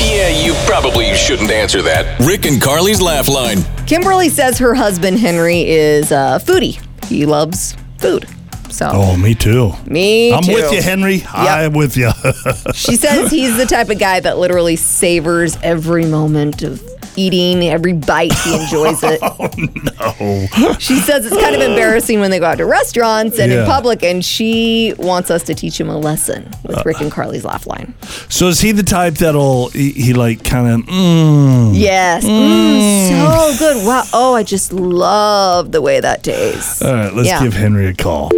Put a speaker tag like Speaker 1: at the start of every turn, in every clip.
Speaker 1: Yeah, you probably shouldn't answer that. Rick and Carly's Laugh Line.
Speaker 2: Kimberly says her husband Henry is a foodie. He loves food. So
Speaker 3: Oh, me too.
Speaker 2: me
Speaker 3: I'm
Speaker 2: too.
Speaker 3: with you, Henry. I'm with you.
Speaker 2: She says he's the type of guy that literally savors every moment of eating, every bite. He enjoys it. oh, no. She says it's kind of embarrassing when they go out to restaurants and in
Speaker 3: Yeah.
Speaker 2: public, and she wants us to teach him a lesson
Speaker 3: Uh,
Speaker 2: with Rick and Carly's laugh line.
Speaker 3: so is he the type that'll he, he like kind of mm,
Speaker 2: Yes. Mm, so good. Wow. Oh, I just love the way that tastes.
Speaker 3: all right? Let's
Speaker 2: Yeah.
Speaker 3: give Henry a call.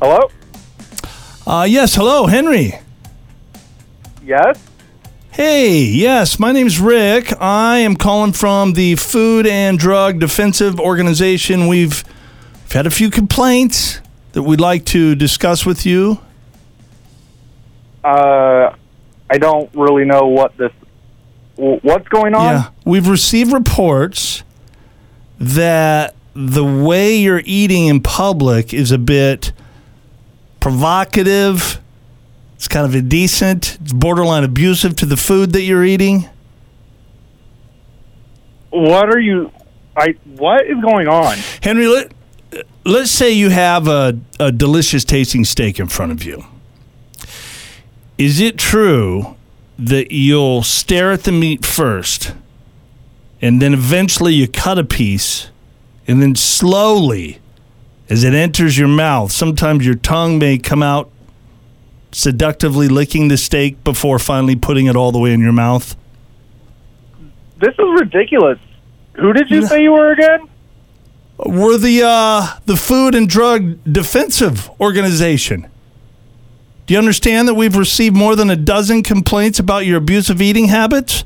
Speaker 4: Hello?
Speaker 3: Uh, yes. Hello, Henry.
Speaker 4: Yes?
Speaker 3: Hey, yes, my name's Rick. I am calling from the Food and Drug Defensive Organization. We've, we've had a few complaints that we'd like to discuss with you.
Speaker 4: Uh, I don't really know what this. wh- What's going on?
Speaker 3: Yeah. We've received reports that the way you're eating in public is a bit provocative. It's kind of indecent. It's borderline abusive to the food that you're eating.
Speaker 4: What are you? I. What is going on?
Speaker 3: Henry, let, let's say you have a, a delicious tasting steak in front of you. Is it true that you'll stare at the meat first and then eventually you cut a piece and then slowly as it enters your mouth, sometimes your tongue may come out seductively licking the steak before finally putting it all the way in your mouth?
Speaker 4: This is ridiculous. Who did you say you were again?
Speaker 3: We're the uh, the Food and Drug Defensive Organization. Do you understand that we've received more than a dozen complaints about your abusive eating habits?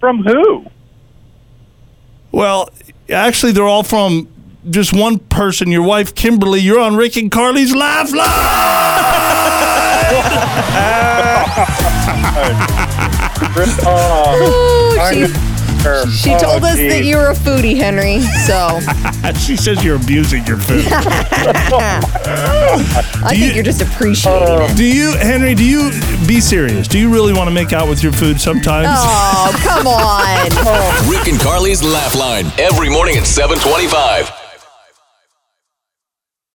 Speaker 4: From who?
Speaker 3: Well, actually, they're all from just one person. Your wife, Kimberly. You're on Rick and Carly's Laugh Line.
Speaker 4: Uh,
Speaker 2: Oh, she,
Speaker 4: er,
Speaker 2: she
Speaker 4: oh,
Speaker 2: told us that
Speaker 4: geez.
Speaker 2: you were a foodie, Henry. So
Speaker 3: she says you're abusing your food.
Speaker 2: I think you're just appreciating it.
Speaker 3: do you, Henry? Do you be serious? Do you really want to make out with your food sometimes?
Speaker 2: Oh, come on.
Speaker 1: Rick and Carly's Laugh Line. Every morning at 725.